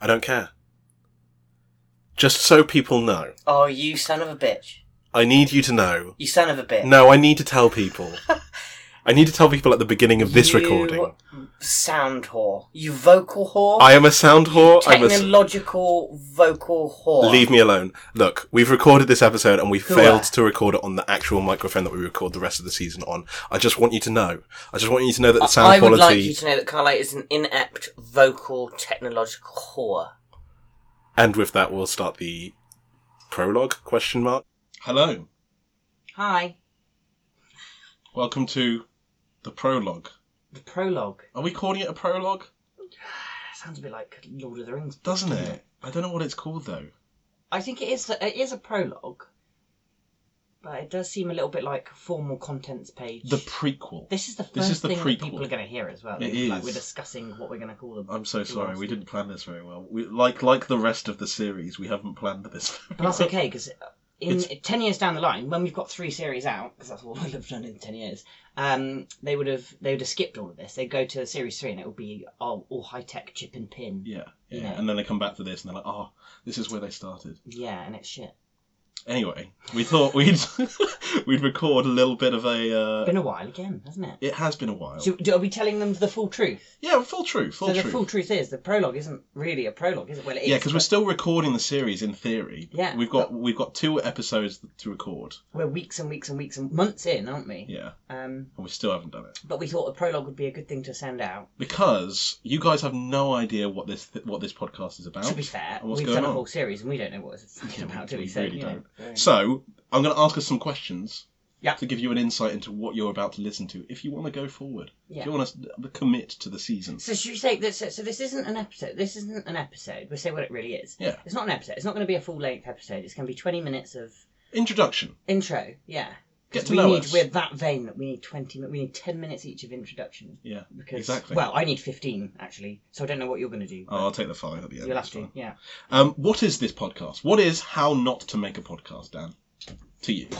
I don't care. Just so people know. Oh, you son of a bitch. I need you to know. You son of a bitch. No, I need to tell people. I need to tell people at the beginning of this You recording. Sound whore. You vocal whore. I am a sound whore. I'm a s- Technological vocal whore. Leave me alone. Look, we've recorded this episode and we Who failed are? to record it on the actual microphone that we record the rest of the season on. I just want you to know. I just want you to know that the sound I would quality. like you to know that Carla is an inept vocal technological whore. And with that, we'll start the prologue question mark. Hello. Hi. Welcome to the prologue. The prologue. Are we calling it a prologue? Sounds a bit like Lord of the Rings. Doesn't it? I don't know what it's called though. I think it is. It is a prologue, but it does seem a little bit like a formal contents page. The prequel. this is the first this is the thing prequel. that people are going to hear as well. It Like is. we're discussing what we're going to call them. I'm so sorry, we Last- didn't plan this very well. We, like like the rest of the series, we haven't planned this. Very But that's well. okay because in ten years down the line, when we've got three series out, because that's all we'll have done in ten years, um, they would have they would have skipped all of this. They'd go to series three, and it would be all, all high tech chip and pin. Yeah, yeah, Yeah. And then they come back to this and they're like, oh, this is where they started. Yeah, and it's shit. Anyway, we thought we'd we'd record a little bit of a. Uh, Been a while again, hasn't it? it has been a while. So, do- are we telling them the full truth? Yeah, full truth, full so the truth. full truth is the prologue isn't really a prologue, is it? Well, it is. Yeah, because we're but still recording the series in theory. Yeah. we've got we've got two episodes to record. we're weeks and weeks and weeks and months in, aren't we? Yeah, Um, and we still haven't done it but we thought a prologue would be a good thing to send out. because you guys have no idea what this what this podcast is about. To be fair, And what's we've going done a on? whole series and we don't know what it's Yeah, about, do we we? So, really you know, So I'm going to ask us some questions. Yeah. To give you an insight into what you're about to listen to, if you want to go forward, yeah. if you want to commit to the season. So should we say that? So, so this isn't an episode. This isn't an episode. We say what it really is. Yeah. It's not an episode. It's not going to be a full length episode. It's going to be twenty minutes of Introduction. intro. Yeah. Get 'Cause to we know need, us. We're that vain that we need twenty. mi- We need ten minutes each of introduction. Yeah. Because, Exactly. Well, I need fifteen actually. So I don't know what you're going to do. Oh, I'll take the five at the end. You'll have that's to. fine. Yeah. Um, what is this podcast? What is how not to make a podcast, Dan? To you.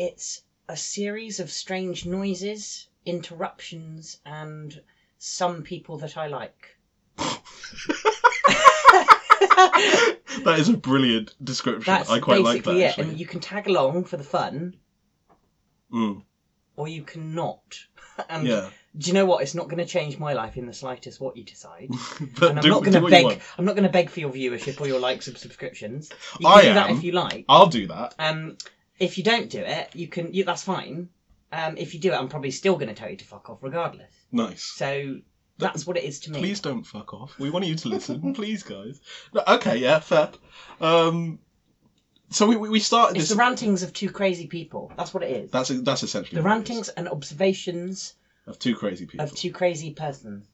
It's a series of strange noises, interruptions, and some people that I like. that is a brilliant description. That's I quite like that. basically it. actually. And you can tag along for the fun, Mm, or you cannot. And yeah, do you know what? It's not going to change my life in the slightest what you decide. but And I'm do, not do going to what you beg. want. I'm not going to beg for your viewership or your likes and subscriptions. You can I do that am. if you like. I'll do that. Um, if you don't do it, you can. You, that's fine. Um, if you do it, I'm probably still going to tell you to fuck off regardless. Nice. So that's what it is to me. Please don't fuck off. We want you to listen, please, guys. No, okay, yeah, fair. Um, so we we, we started it's this. the rantings of two crazy people. That's what it is. that's e, that's essentially the what it is. rantings and observations of two crazy people. of two crazy persons.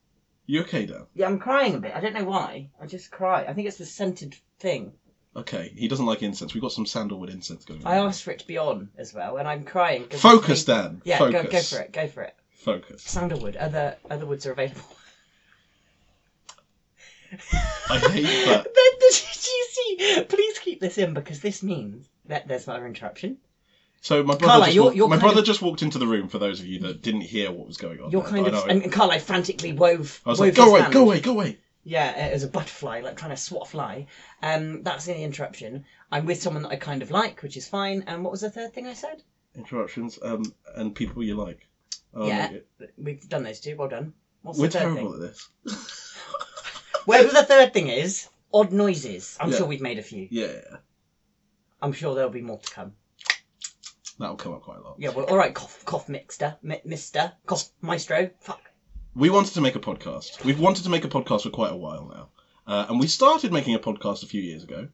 You okay, Dan? Yeah, I'm crying a bit. I don't know why. I just cry. I think it's the scented thing. Okay, he doesn't like incense. We've got some sandalwood incense going on. I asked for it to be on as well, and I'm crying. 'cause Focus, it's really- Dan. Yeah, Focus. go go for it. Go for it. Focus. Sandalwood. Other other woods are available. I hate that. Did you see? Please keep this in because this means that there's another interruption. So my brother, Carla, just, you're- walked, you're my kind brother of- just walked into the room. For those of you that didn't hear what was going on, You're there, kind Oh, I of know. and Carlo frantically wove. I was wove like, go his away, hand. go away, go away. Yeah, it was a butterfly, like trying to swat a fly. Um, that's the interruption. I'm with someone that I kind of like, which is fine. And what was the third thing I said? Interruptions, um, and people you like. Oh, Yeah. okay. We've done those two. Well done. What's we're the third terrible thing? at this. Whatever the third thing is, odd noises. I'm Yeah. sure we've made a few. Yeah, I'm sure there'll be more to come. that'll come up quite a lot. Yeah, well, all right, cough, cough, mixter, mi- mister, cough, maestro. Fuck. We wanted to make a podcast. We've wanted to make a podcast for quite a while now, uh, and we started making a podcast a few years ago.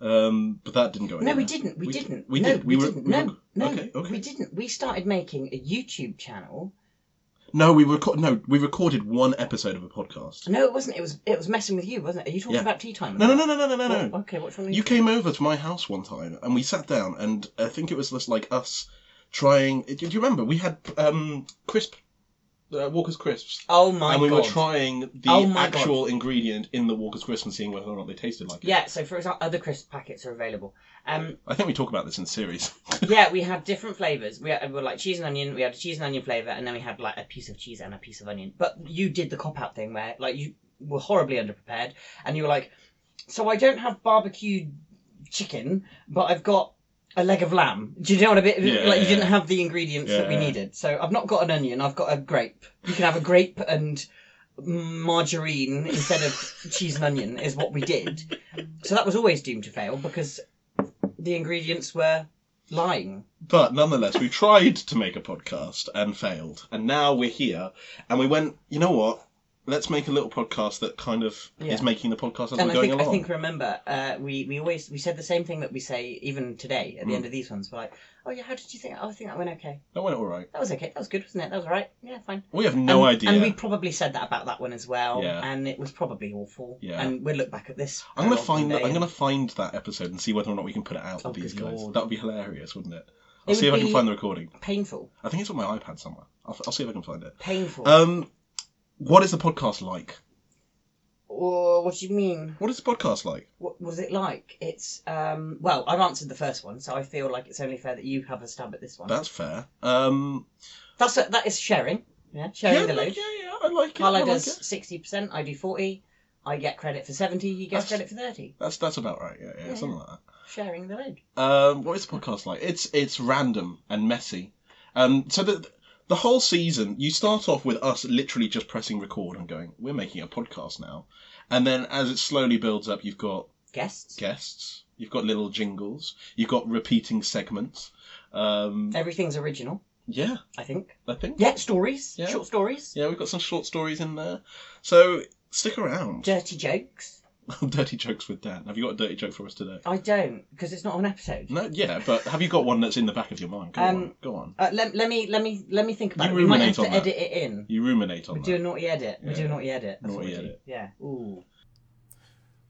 Um, but that didn't go No, anywhere. we didn't. We, didn't. We no, did. We, we were, didn't. we no, were- no, Okay. Okay. we didn't. We started making a YouTube channel. No, we record. No, we recorded one episode of a podcast. No, it wasn't. It was. It was messing with you, wasn't it? Are you talking Yeah. about tea time? No, no, no, no, no, no, no, no. What- okay, which one? Are You came over to my house one time, and we sat down, and I think it was just like us trying. Do you remember we had um crisp, uh, Walker's crisps, Oh my and we god. were trying the Oh my God. actual ingredient in the Walker's crisps and seeing whether or not they tasted like it. Yeah. So, for example, other crisp packets are available. Um, I think we talk about this in the series. yeah, we had different flavors. We had, we were like cheese and onion. We had a cheese and onion flavor, and then we had like a piece of cheese and a piece of onion. But you did the cop out thing where like you were horribly underprepared, and you were like, "So I don't have barbecue chicken, but I've got a leg of lamb." Do you know what I mean? Yeah. like you didn't have the ingredients that we Yeah. needed. So I've not got an onion. I've got a grape. You can have a grape and margarine instead of cheese and onion is what we did. So that was always doomed to fail because the ingredients were lying. But nonetheless, we tried to make a podcast and failed. And now we're here and we went, you know what? Let's make a little podcast that kind of Yeah. is making the podcast as and we're I going think I along. think remember uh, we we always we said the same thing that we say even today at the Mm. end of these ones. We're like, oh yeah, how did you think? Oh, I think that went okay. That went all right. That was okay. That was good, wasn't it? That was all right. Yeah, fine. We have no And- idea. And we probably said that about that one as well. Yeah. And it was probably awful. Yeah. And we'll look back at this. I'm gonna uh, find one that. day I'm and- gonna find that episode and see whether or not we can put it out Oh, with these good guys. lord. That would be hilarious, wouldn't it? I'll It see if would I can be- find the recording. painful, I think it's on my iPad somewhere. I'll, I'll see if I can find it. painful. Um, what is the podcast like? or what do you mean? What is the podcast like? What was it like? It's um. Well, I've answered the first one, so I feel like it's only fair that you have a stab at this one. That's fair. Um, That's a, that is sharing. Yeah, sharing yeah, the no, yeah, load. yeah, I like it. I Carlo like does it. sixty percent. I do forty. I get credit for seventy. He gets That's- credit for thirty. That's that's about right. Yeah, yeah, Yeah, something like Sharing the load. that. Um, what is the podcast like? It's it's random and messy. Um, so the the whole season, you start off with us literally just pressing record and going, "We're making a podcast now," and then as it slowly builds up, you've got Guests. guests. You've got little jingles. You've got repeating segments. Um, Everything's original. yeah, I think. I think. Yeah, stories. Yeah. Short stories. Yeah, we've got some short stories in there. So stick around. Dirty jokes. dirty jokes with Dan. Have you got a dirty joke for us today? I don't because it's not an episode. No, yeah, but have you got one that's in the back of your mind? Go Um, on, go on. Uh, let, let me let me let me think about You it. We might ruminate have to on that. edit it in. You ruminate on We that. do a naughty edit. We do Yeah. a naughty edit. That's what Naughty we do. edit. Yeah. Ooh.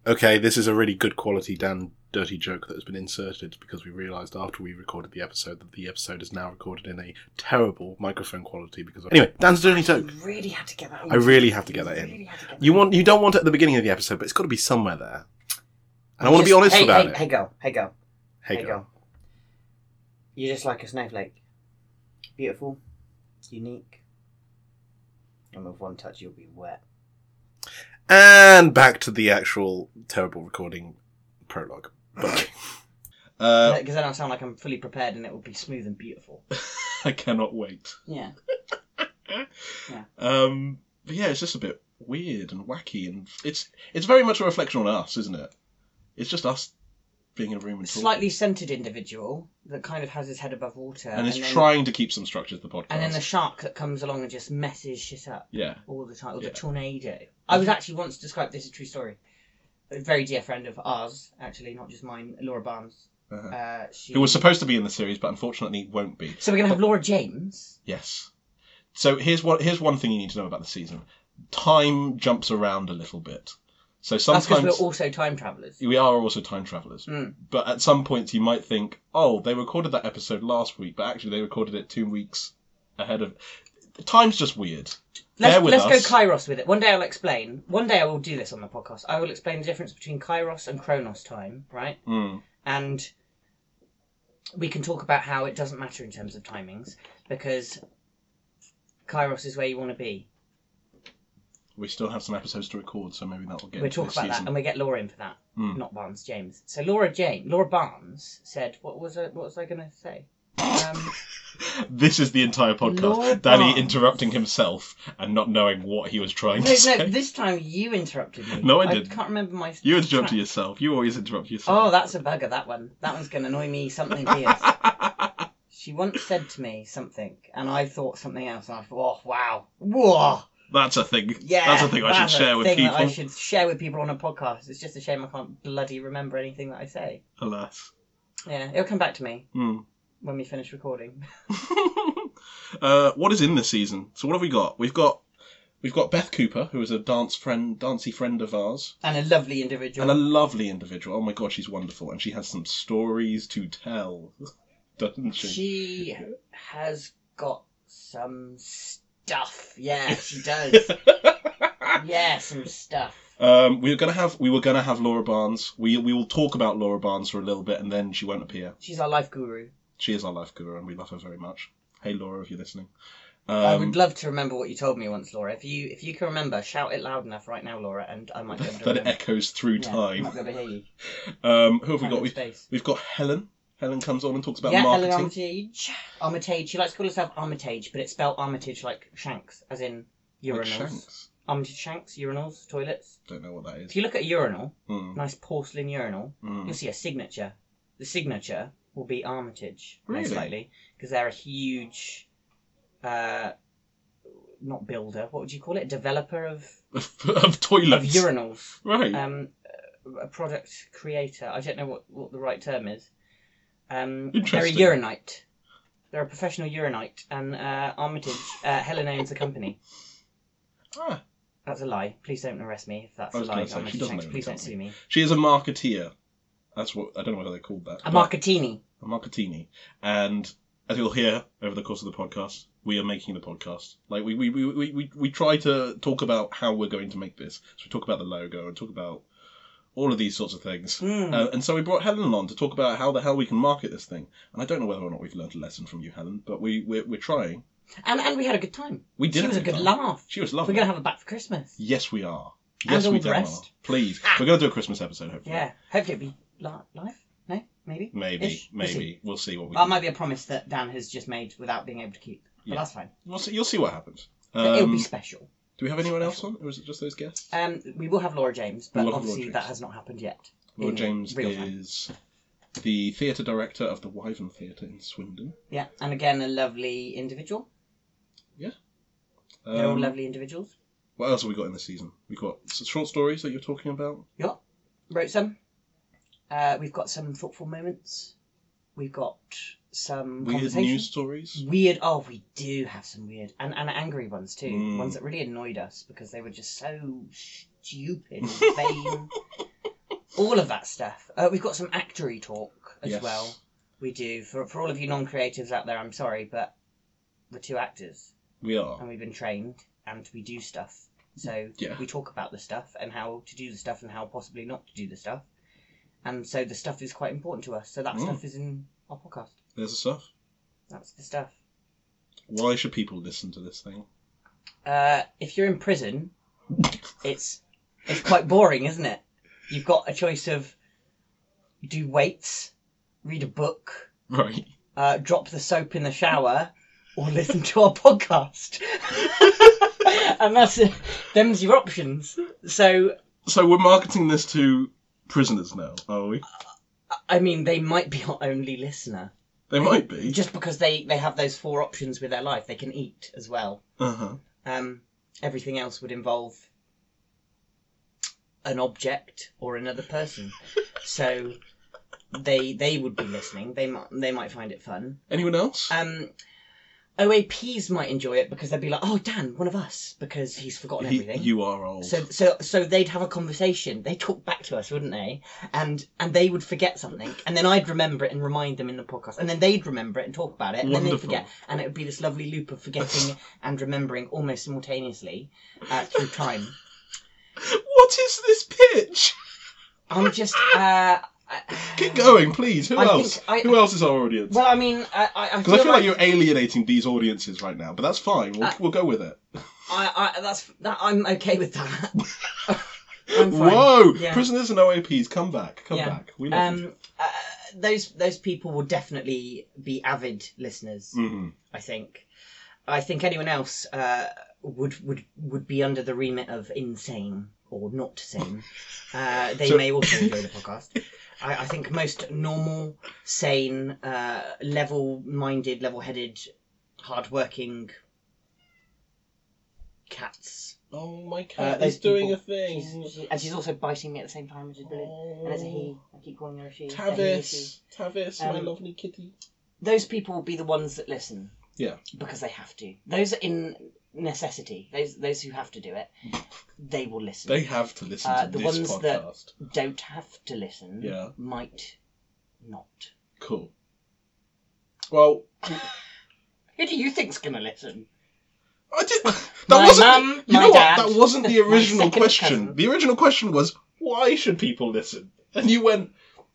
Okay, this is a really good quality Dan dirty joke that has been inserted because we realised after we recorded the episode that the episode is now recorded in a terrible microphone quality because anyway, Dan's dirty joke. You really had to get that. In. I really have to get that in. Really had to get that You in. want you don't want it at the beginning of the episode, but it's got to be somewhere there. And I want to be Just- honest hey, about hey, it. Hey, girl. Hey, girl. Hey, girl. You're just like a snowflake. Beautiful, unique, and with one touch you'll be wet. And back to the actual terrible recording prologue. Bye. Uh, Because then I'll sound like I'm fully prepared and it will be smooth and beautiful. I cannot wait. Yeah. Um, but yeah, it's just a bit weird and wacky, and it's it's very much a reflection on us, isn't it? It's just us being in a room and talking, Slightly centered individual that kind of has his head above water. and it's then, trying to keep some structure to the podcast. And then the shark that comes along and just messes shit up yeah, all the time. Or the Yeah. tornado. I was actually once described this is a true story. A very dear friend of ours, actually, not just mine, Laura Barnes. Uh-huh. Uh, she... who was supposed to be in the series, but unfortunately won't be. So we're going to have Laura James. Yes. So here's what here's one thing you need to know about the season. Time jumps around a little bit. So That's because sometimes we're also time travellers. we are also time travelers. Mm. But at some points you might think, "Oh, they recorded that episode last week, but actually they recorded it 2 weeks ahead of Time's just weird. Bear Let's, with let's us. go Kairos with it. One day I'll explain. One day I will do this on the podcast. I will explain the difference between Kairos and Chronos time, right? Mm. And we can talk about how it doesn't matter in terms of timings because Kairos is where you want to be. We still have some episodes to record, so maybe that'll get we'll into talk this about that season. and we get Laura in for that, Mm. not Barnes James. So Laura James, Laura Barnes said, "What was I, what was I going to say?" Um, This is the entire podcast. Lord Danny Barnes. interrupting himself and not knowing what he was trying no, to say. no. This time you interrupted me. No, I didn't. I can't remember my. You interrupted track. yourself. You always interrupt yourself. Oh, that's a bugger. That one. That one's going to annoy me something fierce. She once said to me something, and I thought something else, and I thought, oh, wow, whoa, That's a thing. yeah, that's a thing I should that's a share with thing people. that I should share with people on a podcast. It's just a shame I can't bloody remember anything that I say. Alas. Yeah, it'll come back to me Hmm. when we finish recording. uh, what is in this season? So what have we got? We've got we've got Beth Cooper, who is a dance friend, dancey friend of ours, And a lovely individual. and a lovely individual. Oh my god, she's wonderful, and she has some stories to tell, doesn't she? she has got some stuff. Yeah, she does. yeah, some stuff. Um, we were gonna have we were gonna have Laura Barnes. We we will talk about Laura Barnes for a little bit, and then she won't appear. She's our life guru. She is our life guru, and we love her very much. Hey Laura, if you're listening. I Um, would love to remember what you told me once, Laura. If you if you can remember, shout it loud enough right now, Laura, and I might be able to that it remember. echoes through Yeah, I time. might be able to hear you. Um, who have we Time got? and We've, space. we've got Helen. Helen comes on and talks about Yeah, marketing. Helen Armitage. Armitage. She likes to call herself Armitage, but it's spelled Armitage like Shanks, as in Like urinals. Shanks. Armitage Shanks, urinals, toilets. Don't know what that is. If you look at a urinal, Mm, nice porcelain urinal, mm. you'll see a signature. The signature will be Armitage, most Really? likely, because they're a huge, uh, not builder. What would you call it? Developer of of of toilets. urinals. right. Um, a product creator. I don't know what, what the right term is. Um, they're a Interesting. urinite. They're a professional urinite, and uh, Armitage uh, Helen owns the company. ah, That's a lie. Please don't arrest me if that's I a was lie. gonna say, she Armitage doesn't Shanks, own the please don't company. sue me. she is a marketeer. That's what I don't know whether they called that. A but- marcatini. a marcatini. And as you'll hear over the course of the podcast, we are making the podcast. Like we we, we, we, we we try to talk about how we're going to make this. So we talk about the logo and talk about all of these sorts of things. Mm. Uh, and so we brought Helen on to talk about how the hell we can market this thing. And I don't know whether or not we've learned a lesson from you, Helen, but we we're, we're trying. and and we had a good time. We did. She have was a good time. laugh. She was We're lovely. gonna have her back for Christmas. Yes, we are. And Yes, all we the damn rest. Ah. are. Please, we're gonna do a Christmas episode. Hopefully, Yeah. Hopefully it'll be li- live. No, maybe. Maybe, Ish. We'll see. maybe we'll see what we. That Can. might be a promise that Dan has just made without being able to keep. But Yeah. that's fine. We'll see. You'll see what happens. But it'll Um, be special. Do we have anyone else on, or is it just those guests? Um, we will have Laura James, but We'll have Laura obviously James. that has not happened yet. Lord Uh, in James real time. is the theatre director of the Wyvern Theatre in Swindon. Yeah, and again, a lovely individual. They're all Um, lovely individuals. What else have we got in this season? We've got s- short stories that you're talking about. Yeah, wrote some. Uh, we've got some thoughtful moments. We've got some Weird conversation. news stories. Weird. Oh, we do have some weird and, and angry ones too. Mm. Ones that really annoyed us because they were just so stupid, and vain. all of that stuff. Uh, we've got some actory talk as Yes. well. We do for for all of you non-creatives out there. I'm sorry, but we're two actors We are. and we've been trained and we do stuff. So Yeah. Um, we talk about the stuff and how to do the stuff and how possibly not to do the stuff. And so the stuff is quite important to us. So that Mm. stuff is in our podcast. There's the stuff. That's the stuff. Why should people listen to this thing? Uh, if you're in prison, it's it's quite boring, isn't it? You've got a choice of do weights, read a book, Right. uh, drop the soap in the shower, or listen to our podcast. and that's it. them's your options. So So we're marketing this to prisoners now, are we? I mean, they might be our only listener They might be. just because they they have those four options with their life. They can eat as well. Uh huh. Um, everything else would involve an object or another person. so they they would be listening. They might they might find it fun. Anyone else? Um, OAPs might enjoy it because they'd be like, "Oh, Dan, one of us," because he's forgotten He- everything. you are old. so, so, so they'd have a conversation. They talk back to us, wouldn't they? And and they would forget something, and then I'd remember it and remind them in the podcast, and then they'd remember it and talk about it, and then they'd Wonderful. forget, and it would be this lovely loop of forgetting and remembering almost simultaneously uh, through time. what is this pitch? I'm just. Uh, Keep going, please. Who I think else? I- Who else is our audience? well, I mean, I, I, I feel, Because I feel like you're alienating these audiences right now, but that's fine. We'll, Uh, we'll go with it. I, I, that's that, I'm okay with that. I'm fine. Whoa! Yeah. Prisoners and OAPs, come back, come Yeah. back. We love you. Um, uh, those those people will definitely be avid listeners. Mhm. I think. I think anyone else uh, would would would be under the remit of insane or not sane. Uh, they So- may also enjoy the podcast. I, I think most normal, sane, uh, level-minded, level-headed, hard-working cats. Oh, my Uh, cat those is doing people- Oh. a thing. She's- she- and she's also biting me at the same time, which is brilliant. And it's a he. I keep calling her a she. a he, a she. Tavis, Tavis, my Um, lovely kitty. those people will be the ones that listen. Yeah. Because they have to. Those in necessity, those those who have to do it, they will listen. They have to listen uh, to the this ones podcast. that- Don't have to listen. Yeah. Might not. Cool. Well, Who do you think's gonna listen? I did. That My wasn't. mum, you my know what? dad, That wasn't the my original second question. cousin. The original question was why should people listen? And you went,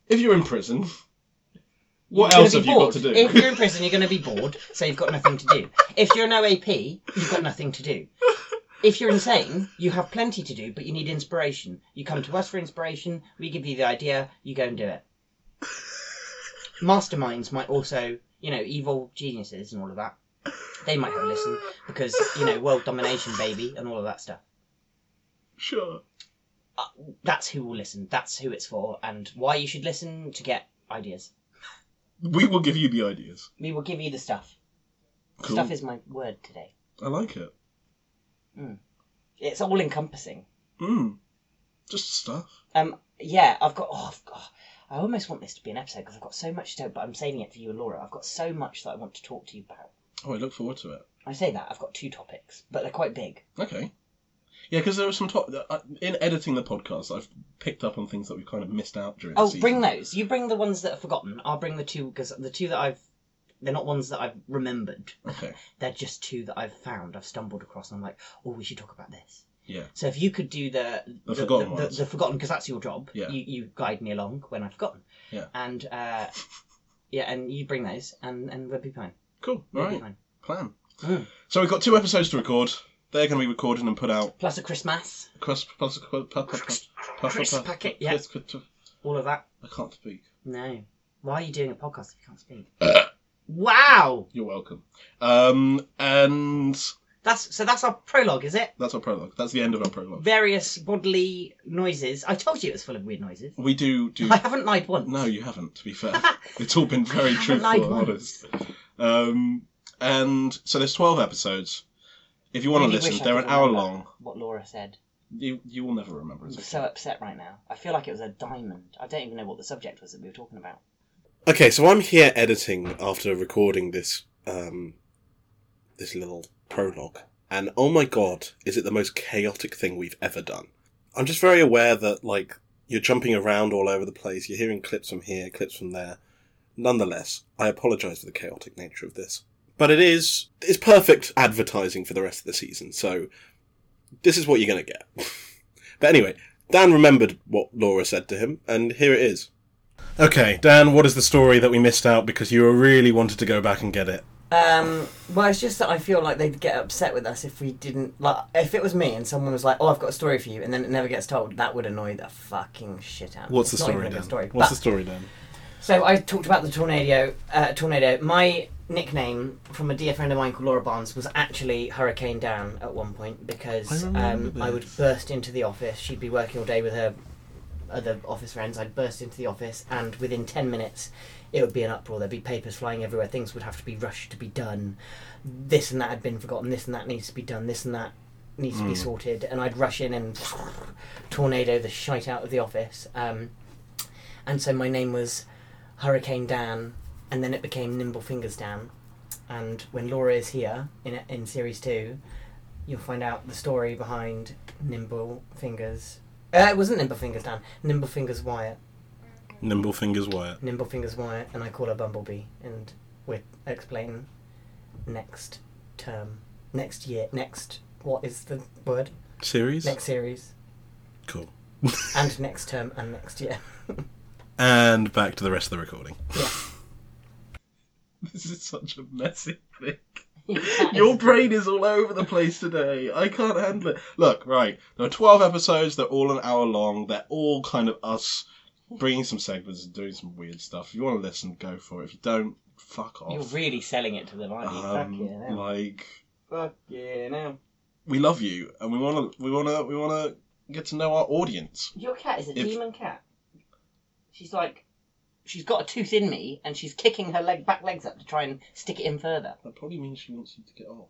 if you're in prison, What You're else gonna have be you bored. got to do? If you're in prison, you're going to be bored, so you've got nothing to do. If you're an OAP, you've got nothing to do. If you're insane, you have plenty to do, but you need inspiration. You come to us for inspiration, we give you the idea, you go and do it. Masterminds might also, you know, evil geniuses and all of that, they might have a listen because, you know, world domination, baby, and all of that stuff. Uh, Sure. That's who will listen, that's who it's for, and why you should listen to get ideas. We will give you the ideas. We will give you the stuff. Cool. Stuff is my word today. I like it. It's all encompassing. Mm. Just stuff. Um, yeah, I've got. Oh, I've got. I almost want this to be an episode because I've got so much to. But I'm saving it for you and Laura. I've got so much that I want to talk to you about. Oh, I look forward to it. I say that I've got two topics, but they're quite big. Okay. Yeah, because there were some top uh, in editing the podcast. I've picked up on things that we've kind of missed out during. the Oh, season. bring those. You bring the ones that are forgotten. I'll bring the two because the two that I've. They're not ones that I've remembered. Okay. They're just two that I've found. I've stumbled across, and I'm like, oh, we should talk about this. Yeah. So if you could do the The forgotten the, ones. the forgotten because that's your job. Yeah. You, you guide me along when I've forgotten. Yeah. And uh, yeah, and you bring those, and and we'll be fine. Cool. All We'll be right. fine. Plan. Mm. So we've got two episodes to record. They're going to be recorded and put out. Plus a Christmas, Plus, plus, plus, plus, plus, plus, Crisp plus- packet, yeah. plus- plus- plus- all of that. I can't speak. No. Why are you doing a podcast if you can't speak? wow. You're welcome. Um, and That's so. That's our prologue, is it? that's our prologue. That's the end of our prologue. Various bodily noises. I told you it was full of weird noises. We do do. I haven't lied once. No, you haven't. To be fair, it's all been very I haven't truthful lied and once. honest. Um, and so there's 12 episodes. If you want Really to wish listen, I they're an could hour remember long. What Laura said. You you will never remember. I'm Is so upset right now. I feel like it was a diamond. I don't even know what the subject was that we were talking about. Okay, so I'm here editing after recording this um, this little prologue, and oh my god, is it the most chaotic thing we've ever done? I'm just very aware that like you're jumping around all over the place, you're hearing clips from here, clips from there. Nonetheless, I apologise for the chaotic nature of this, but it is it's perfect advertising for the rest of the season. So this is what you're gonna get. but anyway, Dan remembered what Laura said to him, and here it is. Okay, Dan, what is the story that we missed out because you really wanted to go back and get it? Um, well, it's just that I feel like they'd get upset with us if we didn't. Like, if it was me and someone was like, "Oh, I've got a story for you," and then it never gets told, that would annoy the fucking shit out. of me. What's It's the not story, even a Dan? good story. What's But- the story, Dan? So I talked about the tornado. Uh, tornado. My nickname from a dear friend of mine called Laura Barnes was actually Hurricane Dan at one point because I um, remember I would this. burst into the office. She'd be working all day with her other office friends. I'd burst into the office, and within ten minutes, it would be an uproar. There'd be papers flying everywhere. Things would have to be rushed to be done. This and that had been forgotten. This and that needs to be done. This and that needs Mm. to be sorted. And I'd rush in and tornado the shite out of the office. Um, and so my name was Hurricane Dan, and then it became Nimble Fingers Dan. And when Laura is here in in series two, you'll find out the story behind Nimble Fingers. Uh, it wasn't Nimble Fingers Dan. Nimble Fingers Wyatt. Nimble Fingers Wyatt. Nimble Fingers Wyatt, and I call her Bumblebee, and we explain next term, next year, next what is the word? Series? Next series, Cool. and next term, and next year. And back to the rest of the recording. This is such a messy thing. That is- Your brain is all over the place today. I can't handle it. Look, right. There are 12 episodes. They're all an hour long. They're all kind of us bringing some segments and doing some weird stuff. If you want to listen, go for it. If you don't, fuck off. You're really selling it to them, aren't you? Fuck Um, yeah, now. like Fuck yeah, now. we love you and we want to we want to we want to get to know our audience. Your cat is a If- demon cat. She's like, she's got a tooth in me, and she's kicking her leg back legs up to try and stick it in further. That probably means she wants you to get off.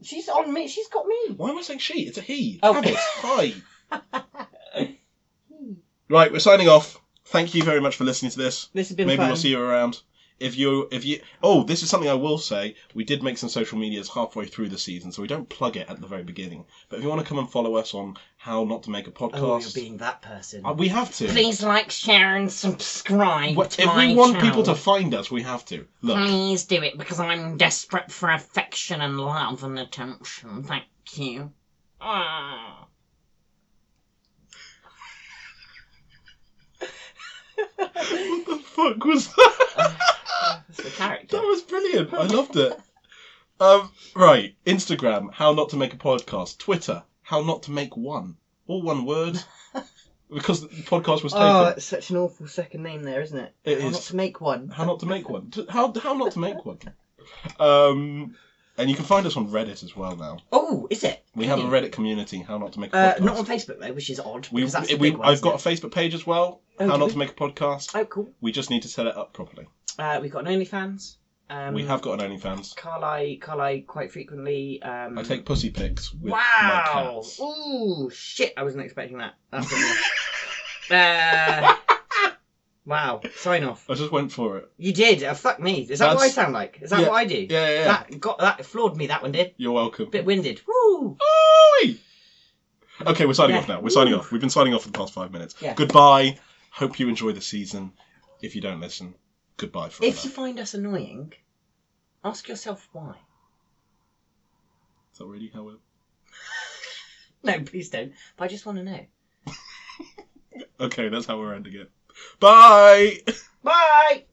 She's on me. She's got me. Why am I saying she? It's a he. Oh. Travis, hi. Right, we're signing off. Thank you very much for listening to this. This has been Maybe fun. we'll see you around. If you if you oh, this is something I will say. We did make some social medias halfway through the season, so we don't plug it at the very beginning. But if you want to come and follow us on how not to make a Oh, podcast, you're being that person. uh, we have to. Please like, share, and subscribe. What- to if my Hmm. we want channel. people to find us, we have to. Look. Please do it because I'm desperate for affection and love and attention. Thank you. Ah. What the fuck was that? the character. That was brilliant. I loved it. Um, right. Instagram, how not to make a podcast. Twitter, how not to make one. All one word. Because the podcast was taken. Oh, it's such an awful second name there, isn't it? It How is. Not to make one. how not to make one. T- How, how not to make one. Um, and you can find us on Reddit as well now. Oh, is it? We have a Reddit community, how not to make a Uh, podcast. not on Facebook though, which is odd. we, because that's the we, big one, I've isn't got it? a Facebook page as well, Oh, how do not we? to make a podcast. Oh, cool. We just need to set it up properly. Uh, we've got an OnlyFans. Um, we have got an OnlyFans. Carly, Carly quite frequently. Um, I take pussy pics with my wow! cats. Ooh, shit! I wasn't expecting that. That's what uh, Wow! Sign off. I just went for it. You did. Uh, fuck me. Is that what I That's- sound like? Is that Yeah. what I do? Yeah, yeah, yeah. That got that floored me. That one did. You're welcome. Bit winded. Woo! Oi! Okay, we're signing Yeah. off now. We're signing off. We've been signing off for the past five minutes. Yeah. Goodbye. Hope you enjoy the season. If you don't listen, goodbye forever. If you find us annoying, ask yourself why. Is that really how we're... No, please don't. But I just want to know. Okay, that's how we're ending it. Bye! Bye.